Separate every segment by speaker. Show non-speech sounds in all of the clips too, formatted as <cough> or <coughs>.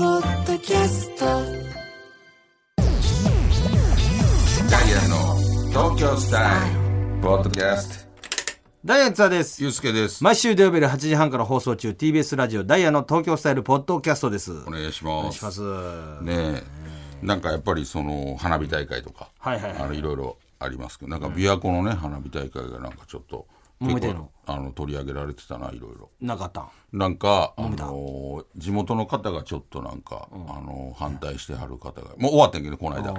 Speaker 1: キャスト
Speaker 2: ダイアンの東京スタイルポッドキャスト
Speaker 3: ダイアンツアです。
Speaker 2: ゆうすけです、
Speaker 3: 毎週土曜日の8時半から放送中、TBS ラジオダイヤの東京スタイルポッドキャストです。お
Speaker 2: お
Speaker 3: 願
Speaker 2: 願いしま
Speaker 3: い
Speaker 2: す
Speaker 3: します。は
Speaker 2: ねえなんかやっぱりその花火大会とか、
Speaker 3: はいはいはい
Speaker 2: あのいろいろありますけどなんか琵琶湖のね花火大会がなんかちょっと
Speaker 3: 揉めてんの
Speaker 2: あの取り上げられてたないろいろ
Speaker 3: なかったん
Speaker 2: なんか、あのー地元の方がちょっとなんか、あのー反対してはる方がもう終わったんやけどこの間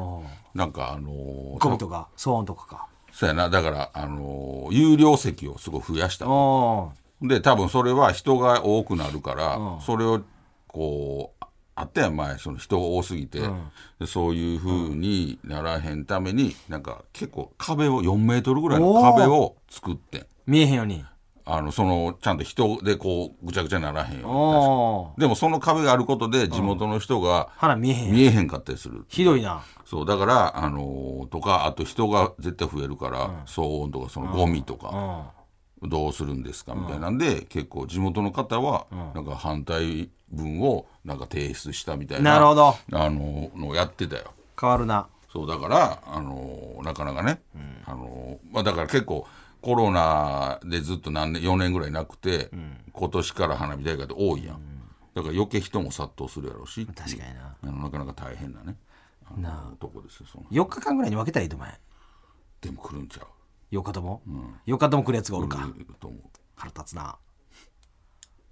Speaker 2: なんかあのー
Speaker 3: ゴミとか、騒音とかか。
Speaker 2: そうやなだからあのー有料席をすごい増やした
Speaker 3: お
Speaker 2: で多分それは人が多くなるから、それをこうああったやん前その人が多すぎて、でそういうふうにならへんためになんか結構壁を4メートルぐらいの
Speaker 3: おー
Speaker 2: 壁を作ってん
Speaker 3: 見えへんように。
Speaker 2: あのそのちゃんと人でこうぐちゃぐちゃにならへんように確か
Speaker 3: お
Speaker 2: でもその壁があることで地元の人が
Speaker 3: 花見えへん。
Speaker 2: 見えへんかったりする、
Speaker 3: ひどいな。
Speaker 2: そうだからあのーとかあと人が絶対増えるから、騒音とかそのゴミとか、
Speaker 3: うん。
Speaker 2: どうするんですかみたいなんで、結構地元の方はなんか反対文をなんか提出したみたいな
Speaker 3: なるほど
Speaker 2: あののをやってたよ
Speaker 3: 変わるな。
Speaker 2: そうだからあのなかなかね、あのまあ、だから結構コロナでずっと何年4年ぐらいなくて、今年から花火大会って多いやん、だから余計人も殺到するやろうし
Speaker 3: 確かにな
Speaker 2: あのなかなか大変なねあのとこですよその
Speaker 3: 4日間ぐらいに分けたらいいと思う
Speaker 2: でも来るんちゃう
Speaker 3: 4日とも、四 ?4 日とも来るやつがおるか。
Speaker 2: 来ると思う
Speaker 3: 腹立つな。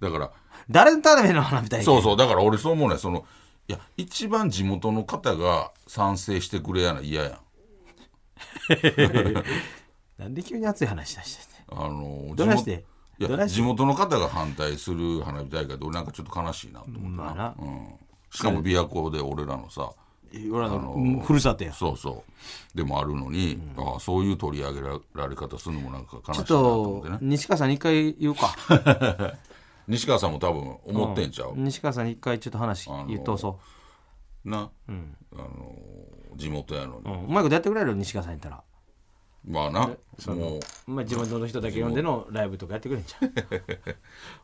Speaker 2: だから
Speaker 3: 誰のための花火大会
Speaker 2: そうそうだから俺そう思うねそのいや一番地元の方が賛成してくれやな嫌やん
Speaker 3: なんで急に熱い話しだしてんねん
Speaker 2: あの
Speaker 3: どないして
Speaker 2: 地元
Speaker 3: ど
Speaker 2: い
Speaker 3: な
Speaker 2: や
Speaker 3: いして
Speaker 2: 地元の方が反対する花火大会って俺なんかちょっと悲しいなと思って
Speaker 3: まあな。
Speaker 2: しかも琵琶湖で俺らのさ
Speaker 3: 俺らの、うんふるさとや。
Speaker 2: そうそうでもあるのに、ああそういう取り上げられ方するのもなんか悲しい
Speaker 3: ちょ
Speaker 2: な
Speaker 3: っ
Speaker 2: と思っ
Speaker 3: と
Speaker 2: て、ね
Speaker 3: 西川さんに一回言うか。
Speaker 2: 西川さんも多分思ってんちゃう、
Speaker 3: 西川さんに一回ちょっと話言っとそ
Speaker 2: な、あの地元やの
Speaker 3: う、う
Speaker 2: に、
Speaker 3: ん、うまいことやってくれるよ西川さんやったら、
Speaker 2: まあなもう
Speaker 3: まあ、地元の人だけ呼んでのライブとかやってくれんちゃう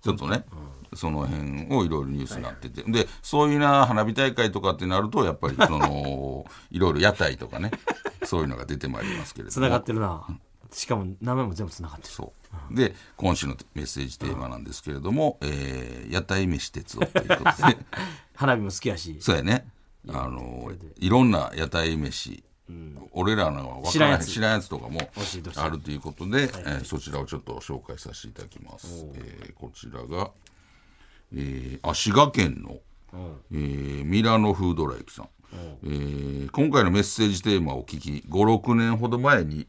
Speaker 2: ちょっとね、その辺をいろいろニュースになってて、でそういうな花火大会とかってなるとやっぱりそ
Speaker 3: <laughs>
Speaker 2: のいろいろ屋台とかねそういうのが出てまいりますけれども
Speaker 3: つながってるなしかも名前も全部つながってる
Speaker 2: そうで今週のメッセージテーマなんですけれども「えー屋台飯鉄夫」ということで
Speaker 3: <laughs> 花火も好きやし
Speaker 2: そうやねあのいろんな屋台飯、俺らのは分
Speaker 3: 知
Speaker 2: からら
Speaker 3: んや
Speaker 2: ない
Speaker 3: つ
Speaker 2: 知らんやつとかも
Speaker 3: 教えてほしい
Speaker 2: あるということで、えーそちらをちょっと紹介させていただきます、えーこちらが、えーあ滋賀県の、えーミラノフードライキさん、えー今回のメッセージテーマをお聞き56年ほど前に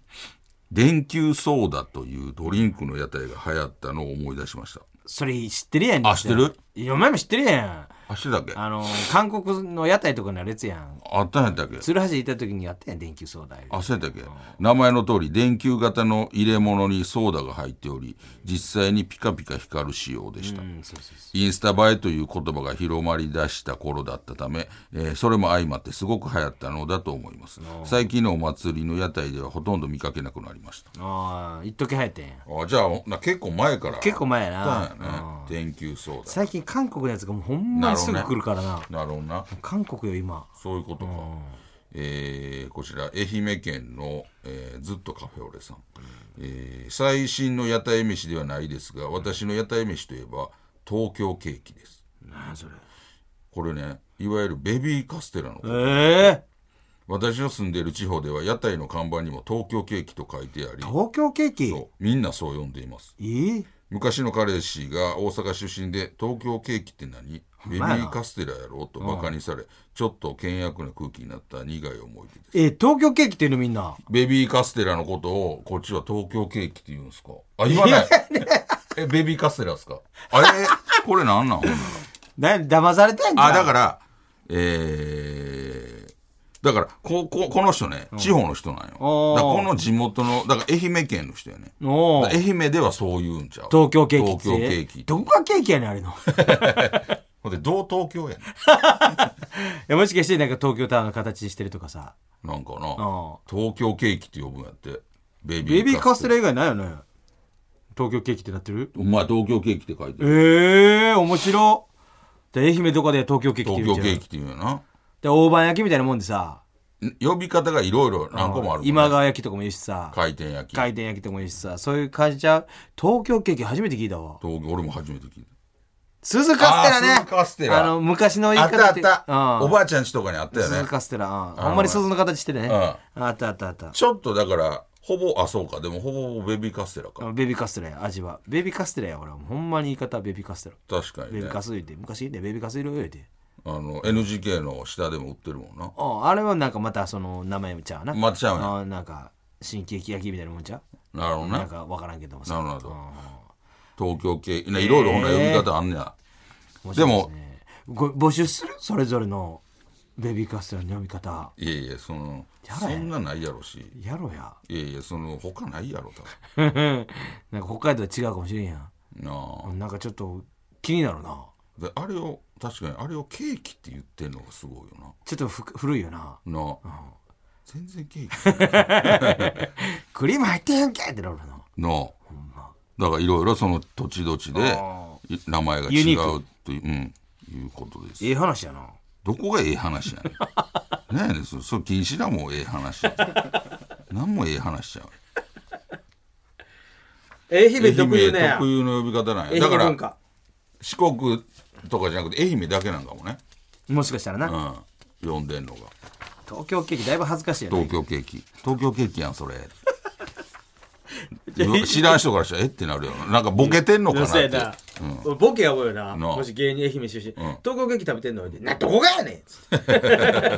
Speaker 2: 電球ソーダというドリンクの屋台が流行ったのを思い出しました
Speaker 3: それ知ってるやん
Speaker 2: あ知ってる
Speaker 3: いやお前も知ってるやん
Speaker 2: あしてたっけあ
Speaker 3: あの韓国の屋台とかのやつやん
Speaker 2: ったんやったっけ
Speaker 3: 鶴橋行った時にやったやん電球相談
Speaker 2: 焦ったっけ名前の通り電球型の入れ物にソーダが入っており実際にピカピカ光る仕様でした、
Speaker 3: うんそうそうそ
Speaker 2: インスタ映えという言葉が広まり出した頃だったため、えーそれも相まってすごく流行ったのだと思います最近のお祭りの屋台ではほとんど見かけなくなりました
Speaker 3: うああ一時流行ったやん
Speaker 2: あじゃあな結構前から
Speaker 3: 結構前や
Speaker 2: あったんやね
Speaker 3: な
Speaker 2: 電球ソーダ
Speaker 3: 最近韓国のやつがもうほんまにすぐ来るからな
Speaker 2: なるほどな
Speaker 3: 韓国よ今
Speaker 2: そういうことか、えーこちら愛媛県の、えーずっとカフェオレさん、えー最新の屋台飯ではないですが私の屋台飯といえば東京ケーキです
Speaker 3: 何それ
Speaker 2: これねいわゆるベビーカステラのこと、
Speaker 3: ええ
Speaker 2: 私の住んでいる地方では屋台の看板にも東京ケーキと書いてあり
Speaker 3: 東京ケーキ
Speaker 2: そうみんなそう呼んでいます
Speaker 3: ええ
Speaker 2: 昔の彼氏が大阪出身で東京ケーキって何ベビ
Speaker 3: まやな
Speaker 2: ーカステラやろうとバカにされちょっと倹約な空気になった苦い思い出です
Speaker 3: え東京ケーキっていうのみんな
Speaker 2: ベビーカステラのことを、こっちは東京ケーキって言うんですかあ、言わない。え、ベビーカステラですかあれこれなんなんほんな
Speaker 3: な騙されてんじゃ
Speaker 2: ら
Speaker 3: ん
Speaker 2: あ、だから、えー、だから、こ、こ、この人ね、地方の人なんよ。だから
Speaker 3: おー
Speaker 2: この地元の、だから愛媛県の人やね。
Speaker 3: おお
Speaker 2: だから愛媛ではそう言うんちゃう
Speaker 3: 東京ケーキって
Speaker 2: 東京ケーキって
Speaker 3: どこがケーキやねんあれの <laughs> い
Speaker 2: ほんで、どう東京やね
Speaker 3: やもしかしてなんか東京タワーの形してるとかさ
Speaker 2: ん。なんか
Speaker 3: う
Speaker 2: な、
Speaker 3: ん
Speaker 2: 東京ケーキって呼ぶんやって。ベ
Speaker 3: ベビーカステ
Speaker 2: ラ。
Speaker 3: ラ以外ないよね東京ケーキってなってる
Speaker 2: お前、東京ケーキって書いてる。
Speaker 3: ええ面白で愛媛どこで東京ケーキって
Speaker 2: 東
Speaker 3: 言う
Speaker 2: 京
Speaker 3: じゃ
Speaker 2: ケー
Speaker 3: ん
Speaker 2: キっていうよな
Speaker 3: で大判焼きみたいなもんでさ
Speaker 2: ん呼び方がいろいろ何個もあるもんね
Speaker 3: 今川焼きとかもいいしさ
Speaker 2: 回転焼き
Speaker 3: 回転焼きとかもいいしさそういう感じじゃう東京ケーキ初めて聞いたわ
Speaker 2: 東京俺も初めて聞い
Speaker 3: 鈴カステラね
Speaker 2: あー鈴カステラ
Speaker 3: あの昔の
Speaker 2: た
Speaker 3: 言
Speaker 2: あ
Speaker 3: い
Speaker 2: っ
Speaker 3: 方で
Speaker 2: たあった、
Speaker 3: うん
Speaker 2: おばあちゃんちとかにあったよ
Speaker 3: 鈴
Speaker 2: ね
Speaker 3: カステラ、うん、あんまり鈴の形してね、
Speaker 2: ん
Speaker 3: あったあったあった
Speaker 2: ちょっとだからほぼあそうかでもほぼほぼベビーカステラか、
Speaker 3: あベビーカステラや味はベビーカステラや俺はほんまに言い方はベビーカステラ
Speaker 2: 確か
Speaker 3: ベ
Speaker 2: に
Speaker 3: ビ
Speaker 2: ね
Speaker 3: ーカス言うて昔言うてベビーカスいろいろ言うて
Speaker 2: あの NGK の下でも売ってるもんな
Speaker 3: ああれはなんかまたその名前ちゃうな
Speaker 2: またちゃうね
Speaker 3: あなんか新喜劇焼きみたいなもんちゃ
Speaker 2: なるほど
Speaker 3: う
Speaker 2: ね
Speaker 3: なんかわからんけども
Speaker 2: な
Speaker 3: さ
Speaker 2: るほど東京系いろいろほな呼び方あんねや、
Speaker 3: 面
Speaker 2: で
Speaker 3: 白い
Speaker 2: も
Speaker 3: すねご募集するそれぞれのベビーカステラの読み方
Speaker 2: いやいやその
Speaker 3: や
Speaker 2: そ
Speaker 3: ばい
Speaker 2: んなないやろし
Speaker 3: やろや
Speaker 2: いやいやその他ないやろ多分
Speaker 3: なんか北海道は違うかもしれんやん
Speaker 2: なあ
Speaker 3: なんかちょっと気になるな
Speaker 2: であれを確かにあれをケーキって言ってんのがすごいよ
Speaker 3: ちょっとふ古いよな
Speaker 2: ななあ、全然ケーキ
Speaker 3: クリーム入ってへんけってなるな
Speaker 2: <laughs> なあだからいろいろその土地土地で
Speaker 3: あ
Speaker 2: い名前が
Speaker 3: ユ
Speaker 2: 違
Speaker 3: ニ
Speaker 2: う
Speaker 3: ー
Speaker 2: という,、うん、いうことです
Speaker 3: ええ話やな
Speaker 2: どこがええ話や
Speaker 3: <laughs>
Speaker 2: ねん何やねんそれそれ禁止だもんええ話何もええ話ちゃう
Speaker 3: 愛
Speaker 2: 愛媛特
Speaker 3: 媛特
Speaker 2: 有
Speaker 3: 有ね愛
Speaker 2: の呼び方なんやだ
Speaker 3: 媛
Speaker 2: から
Speaker 3: 文化
Speaker 2: 四国とかじゃなくて愛媛だけなんかもね、
Speaker 3: もしかしたらな、
Speaker 2: うん、呼んでんのが
Speaker 3: 東京ケーキだいぶ恥ずかしいよね
Speaker 2: 東京ケーキ東京ケーキやん
Speaker 3: <laughs>
Speaker 2: それ
Speaker 3: や
Speaker 2: 知らん人からしたらえってなるよななんかボケてんのかなっ
Speaker 3: そう
Speaker 2: て
Speaker 3: やな、俺ボケや多いよな
Speaker 2: なあ
Speaker 3: もし芸人愛媛出身、東京ケーキ食べてんのってなどこがやねんっつって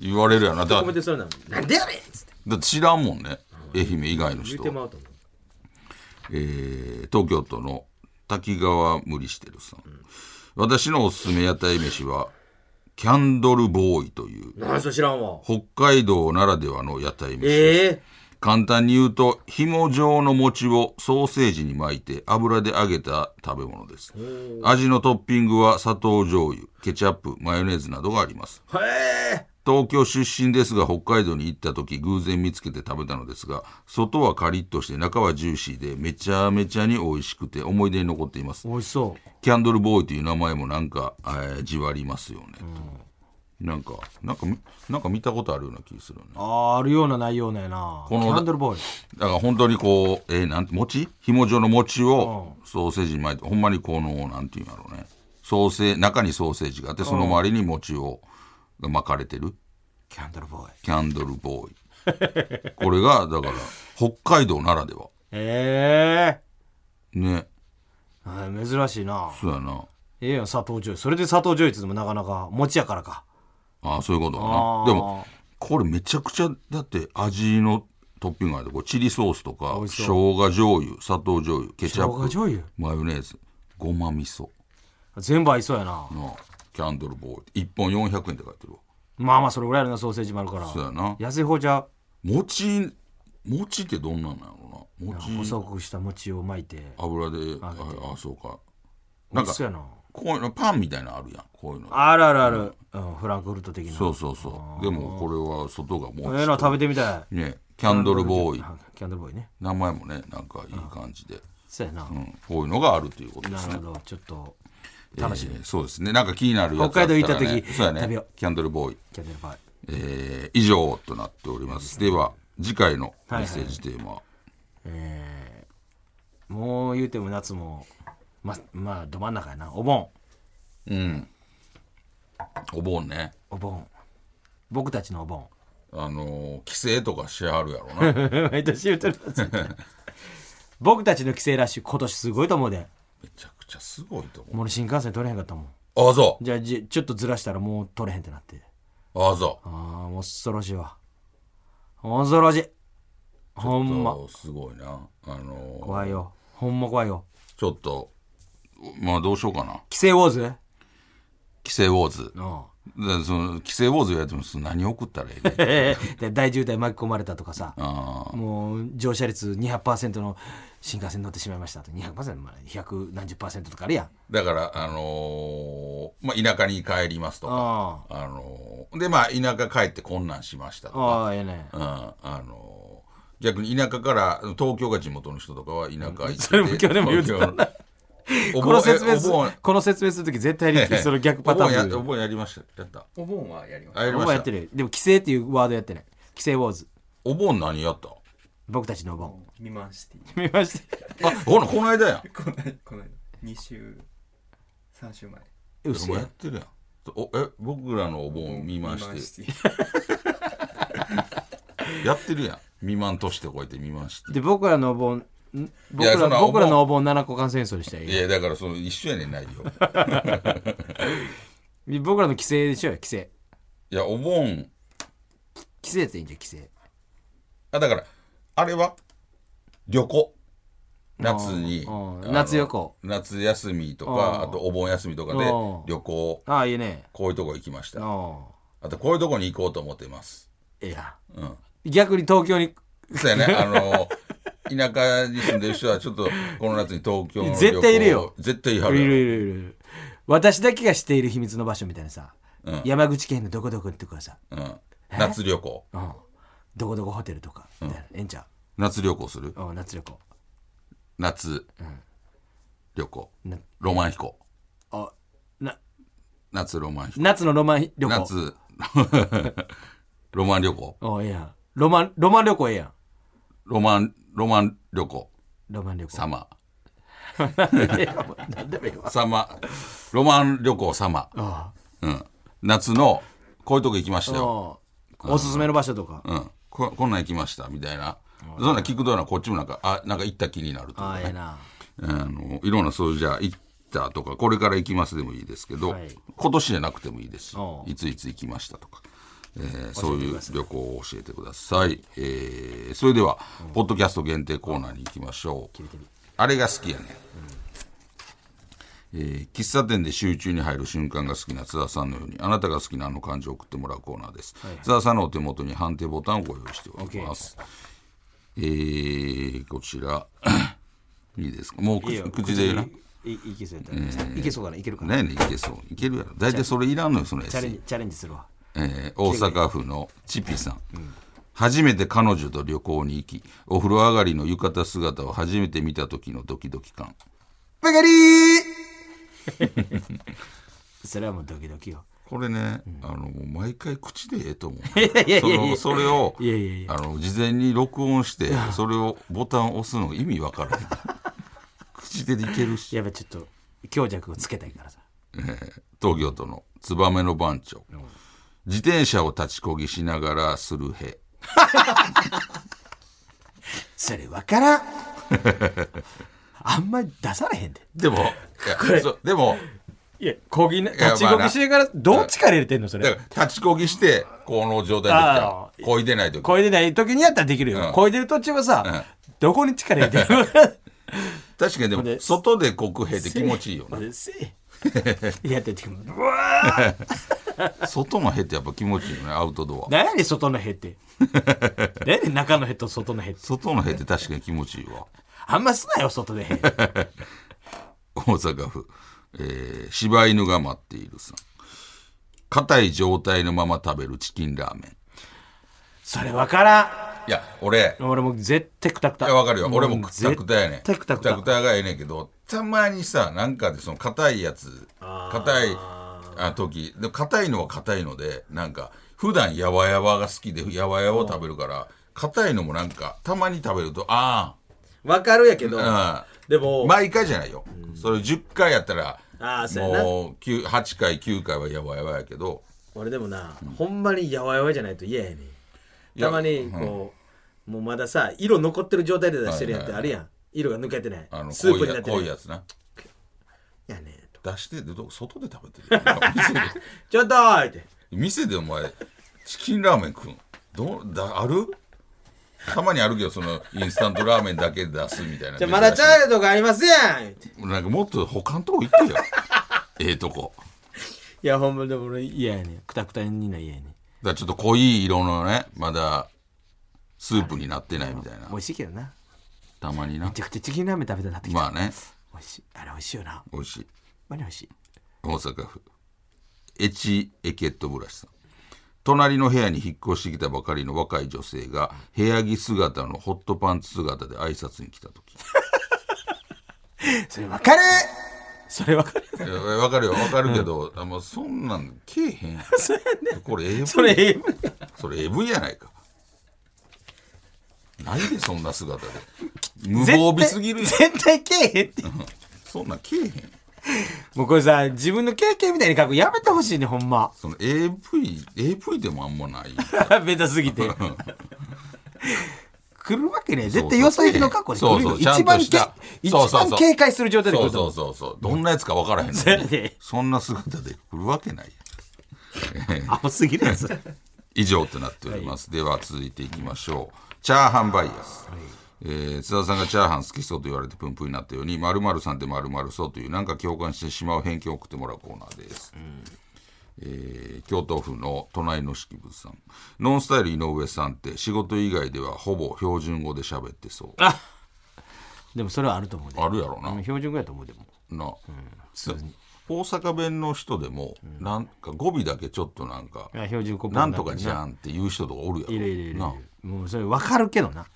Speaker 2: 言われるやなだ
Speaker 3: コメントそれなのなんでやねんっつって
Speaker 2: だって知らんもんね愛媛以外の
Speaker 3: 言
Speaker 2: 人
Speaker 3: うて、まうと思う
Speaker 2: えー東京都の滝川無理してるさん、私のおすすめ屋台飯はキャンドルボーイという
Speaker 3: 何それ知らんわ
Speaker 2: 北海道ならではの屋台飯です
Speaker 3: ええ
Speaker 2: 簡単に言うと紐状の餅をソーセージに巻いて油で揚げた食べ物です味のトッピングは砂糖醤油ケチャップマヨネーズなどがあります
Speaker 3: へえ
Speaker 2: 東京出身ですが北海道に行った時偶然見つけて食べたのですが外はカリッとして中はジューシーでめちゃめちゃに美味しくて思い出に残っています
Speaker 3: 美味しそう
Speaker 2: キャンドルボーイという名前もなんか、えーじわりますよね、となんかなんかなんか見たことあるような気するよね
Speaker 3: あーあるような内容なんやな
Speaker 2: この
Speaker 3: キャンドルボーイ
Speaker 2: だから本当にこう、えー、なんて餅紐状の餅をソーセージに巻いて、ほんまにこのなんていうんだろうねソーセー中にソーセージがあってその周りに餅をが巻かれてる
Speaker 3: キャンドルボーイ
Speaker 2: キャンドルボーイこれがだから北海道ならでは
Speaker 3: ええ
Speaker 2: ね
Speaker 3: あー珍しいな
Speaker 2: そうやな
Speaker 3: ええやん砂糖醤油それで砂糖醤油って言ってもなかなか餅やからか
Speaker 2: ああそういうことか
Speaker 3: あ
Speaker 2: な
Speaker 3: ー
Speaker 2: でもこれめちゃくちゃだって味のトッピングがあるこれチリソースとか
Speaker 3: 美
Speaker 2: 生
Speaker 3: 味し
Speaker 2: 姜醤油砂糖醤油ケチャ
Speaker 3: 生姜
Speaker 2: ッ
Speaker 3: 醤油
Speaker 2: プマヨネーズごま味噌
Speaker 3: 全部合いそうやな
Speaker 2: のキャンドルボーイ1本400円って書いてるわ
Speaker 3: まあまあそれぐらいあるなソーセージもあるから
Speaker 2: そうやな
Speaker 3: 安い方じゃ
Speaker 2: 餅餅ってどんなんなんやろな餅
Speaker 3: 細くした餅を巻いて
Speaker 2: 油でああそうか
Speaker 3: なんかそうやな
Speaker 2: こういうのパンみたいなのあるやんこういうの
Speaker 3: あるあるある、うん、フランクフルト的な
Speaker 2: そうそうそうでもこれは外がも
Speaker 3: ええ
Speaker 2: う
Speaker 3: な食べてみたい
Speaker 2: ねキャンドルボーイ
Speaker 3: あキャンドルボーイね
Speaker 2: 名前もねなんかいい感じで、
Speaker 3: そうやな、
Speaker 2: うん、こういうのがあるということで
Speaker 3: な
Speaker 2: す
Speaker 3: る
Speaker 2: ね
Speaker 3: ほどちょっと楽しみ、
Speaker 2: えーそうですねなんか気になるやつ
Speaker 3: 北海道行った時
Speaker 2: あらねそうや
Speaker 3: 食べよ
Speaker 2: ね
Speaker 3: う
Speaker 2: キャンドルボーイ
Speaker 3: キャンドルボーイ
Speaker 2: えー以上となっておりますでは次回のメッセージテーマは、
Speaker 3: えー、もう言うても夏もままあど真ん中やなお盆
Speaker 2: うん。お盆ね。
Speaker 3: お盆僕たちのお盆 <laughs>
Speaker 2: あのー帰省とかしはるやろな。め
Speaker 3: 毎年言うてる
Speaker 2: <laughs>
Speaker 3: やつ僕たちの帰省ラッシュ今年すごいと思うで
Speaker 2: ちゃくちゃすごいと思
Speaker 3: もう俺新幹線取れへんかったもん
Speaker 2: う。ああ、そう。
Speaker 3: じゃあじちょっとずらしたらもう取れへんってなって
Speaker 2: ああ、そ
Speaker 3: ああ恐ろしいわ恐ろしいほ
Speaker 2: う。
Speaker 3: んま
Speaker 2: そうすごいな。あのー
Speaker 3: 怖いよほんま怖いよ
Speaker 2: ちょっと、まあどうしようかな。
Speaker 3: 帰省ウォーズ
Speaker 2: 帰省ウォーズ。
Speaker 3: うん。
Speaker 2: でその帰省ウォーズやってもその何送ったらいいね
Speaker 3: <laughs> で大渋滞巻き込まれたとかさ
Speaker 2: あ
Speaker 3: もう乗車率200%の新幹線乗ってしまいましたと200%まあ100何十パーセントとかあるやん
Speaker 2: ーだから、あのーまあ、田舎に帰りますとか、
Speaker 3: あ
Speaker 2: あのーで、まあ、田舎帰って困難しましたと
Speaker 3: あ
Speaker 2: か、
Speaker 3: ああええね
Speaker 2: うんあの逆に田舎から東京が地元の人とかは田舎行って
Speaker 3: <laughs> それも去年も言ってたな
Speaker 2: 東京のお
Speaker 3: この説明
Speaker 2: え
Speaker 3: す
Speaker 2: お
Speaker 3: る
Speaker 2: 盆
Speaker 3: <laughs> この説明するとき絶対リッキーその逆パタ
Speaker 2: お
Speaker 3: ーン
Speaker 2: 盆
Speaker 3: で
Speaker 2: やお盆やりましたやった
Speaker 1: お盆はやりま
Speaker 2: あ
Speaker 1: す。
Speaker 2: やり
Speaker 3: お
Speaker 2: ま
Speaker 3: 盆や
Speaker 2: し
Speaker 3: って
Speaker 2: た
Speaker 3: るでも規制っていうワードやってない規制ウォーズ
Speaker 2: お盆何やった
Speaker 3: 僕たちのお盆
Speaker 1: 見ましていい。
Speaker 3: 見まし
Speaker 2: <laughs>
Speaker 3: た
Speaker 2: あほらこの間やん
Speaker 1: こない、こない。二週、三週前。
Speaker 3: うっ
Speaker 2: お前やってるやんおえ僕らのお盆見まして
Speaker 1: ていい。
Speaker 2: やってるやん未満としてこうやって見まして
Speaker 3: で僕らのお盆ん僕
Speaker 2: そ
Speaker 3: ら
Speaker 2: んなお盆
Speaker 3: 僕らのお盆7個間戦争でしたよ
Speaker 2: いやだからその一緒やねんないよ
Speaker 3: 僕らの規制でしょ規制
Speaker 2: いやお盆
Speaker 3: 規制っていいんじゃん規制
Speaker 2: あだからあれは旅行夏に
Speaker 3: うんうん
Speaker 2: あの
Speaker 3: 夏旅行
Speaker 2: 夏休みと
Speaker 3: うん
Speaker 2: かあとお盆休みとかで
Speaker 3: うん
Speaker 2: 旅行
Speaker 3: ああいいね
Speaker 2: こういうとこ行きました
Speaker 3: あ
Speaker 2: あとこういうとこに行こうと思ってます
Speaker 3: あいや
Speaker 2: うん
Speaker 3: 逆に東京に
Speaker 2: そうやねあの <laughs> 田舎に住んでる人はちょっとこの夏に東京の旅行
Speaker 3: 絶対いるよ
Speaker 2: 絶対い
Speaker 3: い
Speaker 2: は
Speaker 3: る
Speaker 2: る
Speaker 3: い
Speaker 2: やろ
Speaker 3: るいるいる私だけが知っている秘密の場所みたいなさ、
Speaker 2: うん
Speaker 3: 山口県のどこどこってかさ、
Speaker 2: うん、夏旅行
Speaker 3: うん、どこどこホテルとかみたいな、ええんちゃ
Speaker 2: 夏旅行する
Speaker 3: う、うん、夏旅行
Speaker 2: 夏旅行
Speaker 3: な
Speaker 2: ロマン飛行
Speaker 3: あな
Speaker 2: 夏ロマン飛行
Speaker 3: 夏のロマン旅行
Speaker 2: 夏 <laughs> ロマン旅行
Speaker 3: おええやんロマンロマン旅行ええやん
Speaker 2: ロマンロマン旅行
Speaker 3: ロマン旅行
Speaker 2: サマ
Speaker 3: 何でもいいわ
Speaker 2: ーサマーロマン旅行サマー、
Speaker 3: あ
Speaker 2: うん、夏のこういうとこ行きましたよ、
Speaker 3: うんおすすめの場所とか、
Speaker 2: うん、ここんなん行きましたみたいなそんなん聞くとなこっちもなんかあなんか行った気になると
Speaker 3: あ
Speaker 2: か
Speaker 3: あ
Speaker 2: ね
Speaker 3: ええな
Speaker 2: あのいろんなそういうじゃあ行ったとかこれから行きますでもいいですけど、
Speaker 3: はい
Speaker 2: 今年じゃなくてもいいですし
Speaker 3: おう
Speaker 2: いついつ行きましたとか、えーそういう旅行を教えてください、えーそれでは、ポッドキャスト限定コーナーに行きましょうあれが好きやね、えー喫茶店で集中に入る瞬間が好きな津田さんのようにあなたが好きなあの感じを送ってもらうコーナーです、津田さんのお手元に判定ボタンをご用意しております、えーこちら <coughs> いいですかもう口
Speaker 3: いいよ
Speaker 2: 口で言うない
Speaker 3: いけそうやったら、いけそうかないけるかな
Speaker 2: 何やねんいけそういけるやろ大体それいらんのよその
Speaker 3: チャレン
Speaker 2: SE
Speaker 3: ジ、チャレンジするわ。
Speaker 2: えー大阪府のチピさん、初めて彼女と旅行に行きお風呂上がりの浴衣姿を初めて見た時のドキドキ感
Speaker 3: バカリーそれはもうドキドキよ。
Speaker 2: これね、あのもう毎回口でええと思う
Speaker 3: <laughs> いやいやいや
Speaker 2: そのそれを
Speaker 3: いやいやいや
Speaker 2: あの事前に録音
Speaker 3: <laughs>
Speaker 2: してそれをボタンを押すのが意味わからへん口でいけるし
Speaker 3: やっぱちょっと強弱をつけたいからさ。
Speaker 2: 東京都のツバメの番長、自転車を立ちこぎしながらするへ
Speaker 3: それわからんあんまり出されへんで。
Speaker 2: でもいやそうでも
Speaker 3: いや、こぎな、
Speaker 2: や
Speaker 3: 立ちこぎしてから、どっちから入れてんのそ
Speaker 2: だ
Speaker 3: れ。
Speaker 2: から立ちこぎしてこの状態です
Speaker 3: あ
Speaker 2: からこいでない時
Speaker 3: こいでない時にやったらできる
Speaker 2: う
Speaker 3: よ。
Speaker 2: ん
Speaker 3: こいでる途中はさ、どこに力入れてる
Speaker 2: 確かにで
Speaker 3: ほ
Speaker 2: も
Speaker 3: んで
Speaker 2: 外で国兵って気持ちいいよね
Speaker 3: のせ
Speaker 2: <laughs>
Speaker 3: えやってる時も、うわー
Speaker 2: 外の兵ってやっぱ気持ちいいよねアウトドア
Speaker 3: <laughs> 何やねん外の
Speaker 2: <laughs>
Speaker 3: ヘって。何やねん中のヘと外のヘって。
Speaker 2: 外の兵って確かに気持ちいいわ
Speaker 3: あんますなよ、外でヘ。
Speaker 2: 大阪府、えー柴犬が待っているさん硬い状態のまま食べるチキンラーメン
Speaker 3: それわからん。
Speaker 2: いや俺
Speaker 3: 俺もう絶対くたく
Speaker 2: い
Speaker 3: た。
Speaker 2: やわかるよ俺も
Speaker 3: う
Speaker 2: くたくたやねん
Speaker 3: 絶対くたくた。
Speaker 2: がええねんけどたまにさなんかでその硬いやつ硬いあ時で硬いのは硬いのでなんか普段やわやわが好きでやわやわを食べるから硬いのもなんかたまに食べるとあ
Speaker 1: わかるやけど
Speaker 2: ああ
Speaker 1: でも
Speaker 2: あ毎回じゃないよそれ10回やったら
Speaker 1: あーそうやな
Speaker 2: もう9 8回9回はやわやわやけど
Speaker 1: 俺でもな、ほんまにやわやわじゃないと嫌やねん
Speaker 2: や
Speaker 1: たまにこう、もうまださ色残ってる状態で出してるやんってあるやん、色が抜けてない
Speaker 2: あの
Speaker 1: スープ
Speaker 2: 濃
Speaker 1: になっ
Speaker 2: い
Speaker 1: て
Speaker 2: 濃
Speaker 1: ないいや
Speaker 2: やつな
Speaker 1: ねんと
Speaker 2: 出してでど外で食べてる店で
Speaker 1: <laughs> ちょっとーって
Speaker 2: 店でお前チキンラーメン食うんどうだあるたまにあるけどそのインスタントラーメンだけ出すみたいな
Speaker 1: じゃあまだチャールとかありますやんって
Speaker 2: なんかもっと他のとこ行ってよええとこ
Speaker 3: いや、ほんまでも俺嫌やねん。くたくたにな嫌やねん。
Speaker 2: だからちょっと濃い色のねまだスープになってないみたいな
Speaker 3: 美味しいけどな。
Speaker 2: たまにな
Speaker 3: めちゃくちゃチキンラーメン食べたなってきた。
Speaker 2: まあね
Speaker 3: 美味しい。あれ美味しいよな。
Speaker 2: 美味しい
Speaker 3: マジ美味しい。
Speaker 2: 大阪府エチエケットブラシさん隣の部屋に引っ越してきたばかりの若い女性が部屋着姿のホットパンツ姿で挨拶に来た時
Speaker 3: それわかる
Speaker 1: それわかる
Speaker 2: いやわかるよわかるけど、あもうそんなんけえへ
Speaker 3: <laughs>
Speaker 2: ん
Speaker 1: それね
Speaker 2: これ AV
Speaker 1: それええもん
Speaker 2: それ AV やないかないでそんな姿で無
Speaker 3: <laughs> 絶対
Speaker 2: 防備すぎるやん
Speaker 3: 絶対けえへんって
Speaker 2: そんなんけえへん
Speaker 3: もうこれさ自分の経験みたいに書くのやめてほしいねほんま <laughs>
Speaker 2: その AV AV でもあんまない
Speaker 3: ベタす
Speaker 2: <laughs>
Speaker 3: ぎて来るわけね絶対よそ行きの格好で来るよ
Speaker 2: そうそう
Speaker 3: 一番
Speaker 2: ちゃんとした
Speaker 3: け一
Speaker 2: そうそうそう
Speaker 3: 番警戒する状態で来
Speaker 2: そ
Speaker 3: る
Speaker 2: う
Speaker 3: と
Speaker 2: そ
Speaker 3: 思
Speaker 2: う
Speaker 3: う
Speaker 2: そうそうどんなやつか分からへん
Speaker 3: そうや
Speaker 2: のに
Speaker 3: で
Speaker 2: そんな姿で来るわけないやん
Speaker 3: 青すぎ
Speaker 2: <laughs>
Speaker 3: るやつ
Speaker 2: 以上となっております、では続いていきましょうチャーハンバイアス、えー津田さんがチャーハン好きそうと言われてプンプンになったように〇〇さんって〇〇そうというなんか共感してしまう偏見を送ってもらうコーナーです、えー京都府の隣の式物さんノンスタイル井上さんって仕事以外ではほぼ標準語で喋ってそうあ
Speaker 3: でもそれはあると思うで
Speaker 2: るやろな、
Speaker 3: 標準語やと思うでも
Speaker 2: な、つ大阪弁の人でもなんか語尾だけちょっとなんか
Speaker 3: あ標準語っぽく
Speaker 2: なんとかじ
Speaker 3: な
Speaker 2: ゃんって言う人とかおるやろ
Speaker 3: いるいるいるい
Speaker 2: な
Speaker 3: るもうそれわかるけどな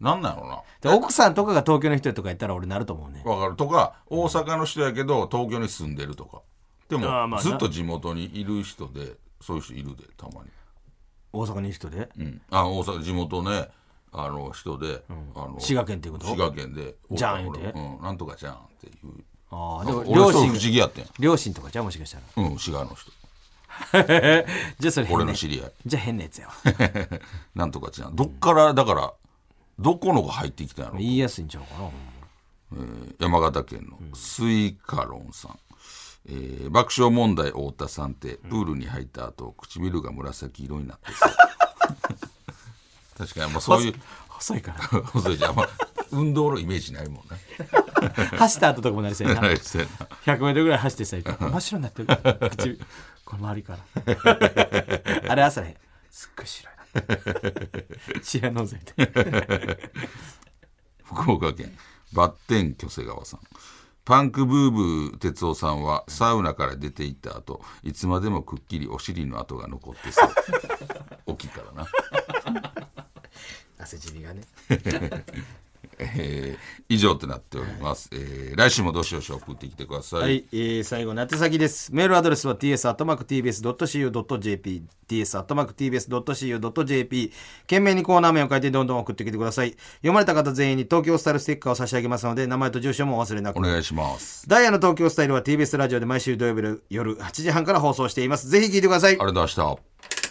Speaker 2: なんなんやろな
Speaker 3: で奥さんとかが東京の人とかやったら俺なると思うね
Speaker 2: わかるとか大阪の人やけど東京に住んでるとかで
Speaker 3: あー
Speaker 2: も
Speaker 3: まあな
Speaker 2: ずっと地元にいる人でそういう人いるでたまに、
Speaker 3: 大阪にいる人で
Speaker 2: うん、あ大阪地元ねあの人で、あの
Speaker 3: 滋賀県ってこと
Speaker 2: 滋賀県で
Speaker 3: じゃん
Speaker 2: 俺
Speaker 3: 言うて
Speaker 2: うん、なんとかじゃんっていう
Speaker 3: ああでも
Speaker 2: 俺
Speaker 3: 両
Speaker 2: それ
Speaker 3: 親
Speaker 2: 不思議やってん
Speaker 3: 両親とかじゃあもしかしたら
Speaker 2: うん滋賀の人
Speaker 3: じゃあそれ変
Speaker 2: 俺
Speaker 3: な
Speaker 2: の知
Speaker 3: <laughs>
Speaker 2: り合い
Speaker 3: じゃあ変なやつ
Speaker 2: <laughs>
Speaker 3: やわ
Speaker 2: なんとかちゃん。どっから、だから、どこのが入ってきたんやろ。
Speaker 3: 言いやすいんちゃうかなほんま
Speaker 2: 山形県のスイカロンさん。えー爆笑問題太田さんって、プールに入った後、唇が紫色になってそう <laughs> 確かに、まあそういう、
Speaker 3: 細いから
Speaker 2: そういうじゃあんま運動のイメージないもんね。
Speaker 3: 走った後とかもなりそうやな
Speaker 2: そうやな
Speaker 3: 100m ぐらい走
Speaker 2: <laughs>
Speaker 3: ってさ真っ白になってるから唇この周りか
Speaker 2: <laughs>
Speaker 3: らあれ朝ねすっごい白いな血がのぞいて
Speaker 2: 福岡県、バッテン巨瀬川さん。パンクブーブー哲夫さんはサウナから出て行った後いつまでもくっきりお尻の跡が残って <laughs> そう大きいからな
Speaker 3: 汗尻がね
Speaker 2: えー以上となっております、えー来週もどしどし送ってきてください、
Speaker 3: はい、えー最後の宛先です。メールアドレスは ts.tbs.cu.jp、ts.tbs.cu.jp、懸命にコーナー名を書いてどんどん送ってきてください。読まれた方全員に東京スタイルステッカーを差し上げますので、名前と住所もお忘れな
Speaker 2: お
Speaker 3: く。
Speaker 2: 願いします
Speaker 3: ダイヤの東京スタイルは TBS ラジオで毎週土曜日の夜8時半から放送しています。ぜひ聞いてください
Speaker 2: あ。りがとうございました